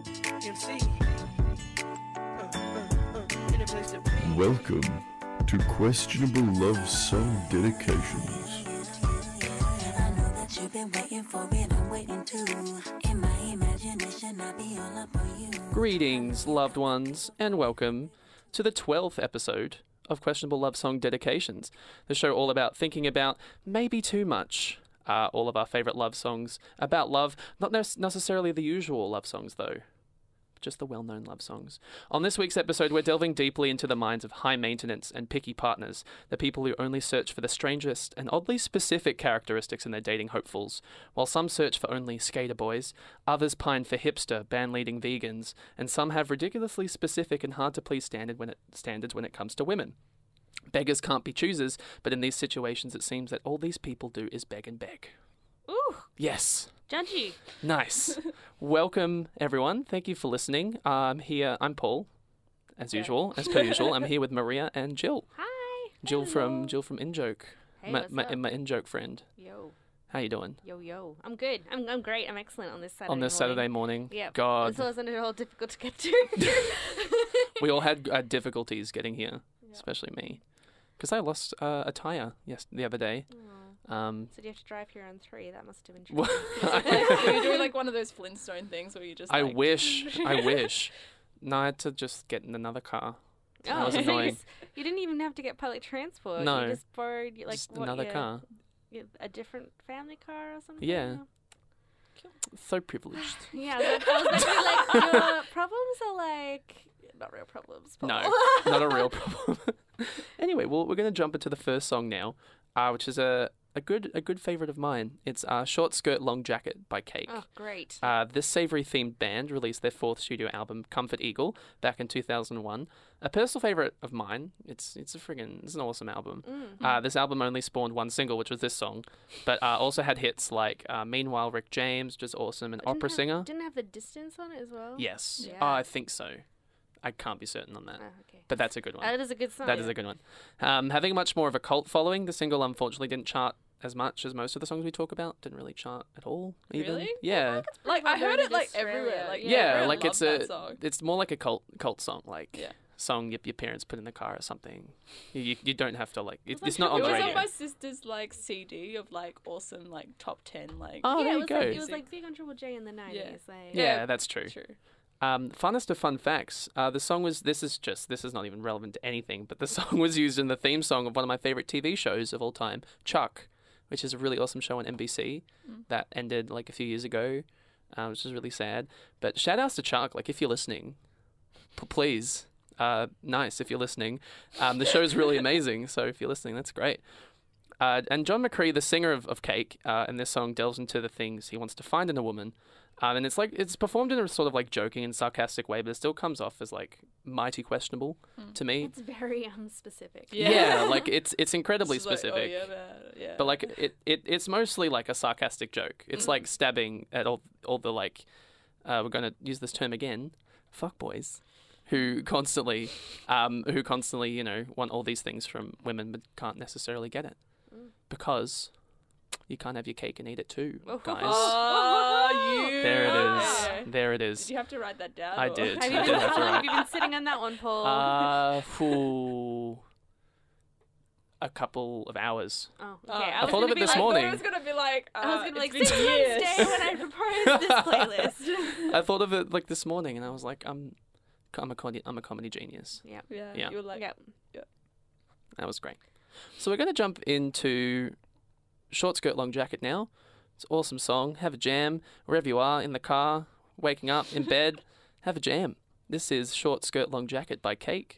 YMC. Uh, uh, uh, in a place to be. Welcome to Questionable Love Song Dedications. I know that you've been waiting for it, I'm waiting too. In my imagination, I'll be all up on you. Greetings, loved ones, and welcome to the 12th episode of Questionable Love Song Dedications, the show all about thinking about maybe too much. Uh, all of our favourite love songs about love, not ne- necessarily the usual love songs, though, just the well known love songs. On this week's episode, we're delving deeply into the minds of high maintenance and picky partners, the people who only search for the strangest and oddly specific characteristics in their dating hopefuls. While some search for only skater boys, others pine for hipster, band leading vegans, and some have ridiculously specific and hard to please standard when it, standards when it comes to women. Beggars can't be choosers, but in these situations, it seems that all these people do is beg and beg. Ooh, Yes. judgy. Nice. Welcome, everyone. Thank you for listening. I'm here. I'm Paul, as usual, as per usual. I'm here with Maria and Jill. Hi. Jill from hello. Jill from InJoke. Hey, my, what's my, up? my InJoke friend. Yo, How you doing yo, yo. I'm good. I'm, I'm great. I'm excellent on this Saturday. on this Saturday morning? Yeah. God, This wasn't at all difficult to get to. we all had uh, difficulties getting here, especially me, because I lost uh, a tire yes the other day. Um, so you have to drive here on three. That must have been Wha- tricky. Like, were you doing like one of those Flintstone things where you just? I like- wish. I wish. No, I had to just get in another car. That Oh, was so you annoying. just- You didn't even have to get public transport. No. You just borrowed like just what, another your- car. your- a different family car or something. Yeah. So privileged. Yeah. I was, I was actually like, your problems are like not real problems. Paul. No, not a real problem. anyway, well, we're going to jump into the first song now, uh, which is a, a good a good favorite of mine. It's uh, "Short Skirt, Long Jacket" by Cake. Oh, great. Uh, this savory themed band released their fourth studio album, Comfort Eagle, back in 2001. A personal favorite of mine. It's it's a friggin' it's an awesome album. Mm. Uh, this album only spawned one single, which was this song, but uh, also had hits like uh, "Meanwhile Rick James," just awesome, and Didn't "Opera have- Singer." Didn't have the distance on it as well. Yes, Yeah. Oh, I think so. I can't be certain on that, Oh, okay. but that's a good one. That is a good song. That is a good one. Um, having much more of a cult following, the single unfortunately didn't chart as much as most of the songs we talk about. Didn't really chart at all. Even. Really? Yeah. Like I heard Remembered it in like Australia, everywhere. Like yeah. yeah, everyone like it's loved a, that song. it's more like a cult cult song, like Yeah. song your, your parents put in the car or something. You, you, you don't have to like. It, it's It not on was the radio. on my sister's like CD of like awesome like top ten like. Oh, yeah, there it you was go. Like, it was like big on Triple J in the nineties. Like, yeah, yeah. that's true. True. Um, funnest of fun facts. Uh, the song was. This is just. This is not even relevant to anything. But the song was used in the theme song of one of my favorite TV shows of all time, Chuck, which is a really awesome show on NBC Mm. that ended like a few years ago, uh, which is really sad. But shout outs to Chuck. Like if you're listening, p- please. Uh, nice if you're listening. Um, the show's really amazing. So if you're listening, that's great. Uh, and John McCree, the singer of, of Cake, uh, in this song delves into the things he wants to find in a woman. Um, and it's like it's performed in a sort of like joking and sarcastic way, but it still comes off as like mighty questionable to me. it's very um specific. Hmm. Yeah. Yeah, like it's it's incredibly It's like, specific. oh, yeah, man, yeah. But like it, it it's mostly like a sarcastic joke. It's like stabbing at all all the like uh, we're gonna use this term again, fuck boys. Who constantly, um, who constantly, you know, want all these things from women but can't necessarily get it because you can't have your cake and eat it too, Oh. guys. Ah, you. there it is. Okay. There it is. Did you have to write that down? I or- did. Have you, I been, did have to how long have write. you been sitting on that one, Paul? Uh, for a couple of hours. oh, uh, okay. I I was thought gonna of it be this like, I morning. thought it was gonna be like. Uh, I was gonna be like it's six been months years." day when I proposed this playlist. I thought of it like this morning, and I was like, I'm, I'm a comedy, I'm a comedy genius. yeah. Yeah, Yeah. You were like. yeah. That was great. So we're gonna jump into short skirt, long jacket now. It's an awesome song. Have a jam wherever you are in the car, waking up in bed. have a jam. This is short skirt, long jacket by Cake.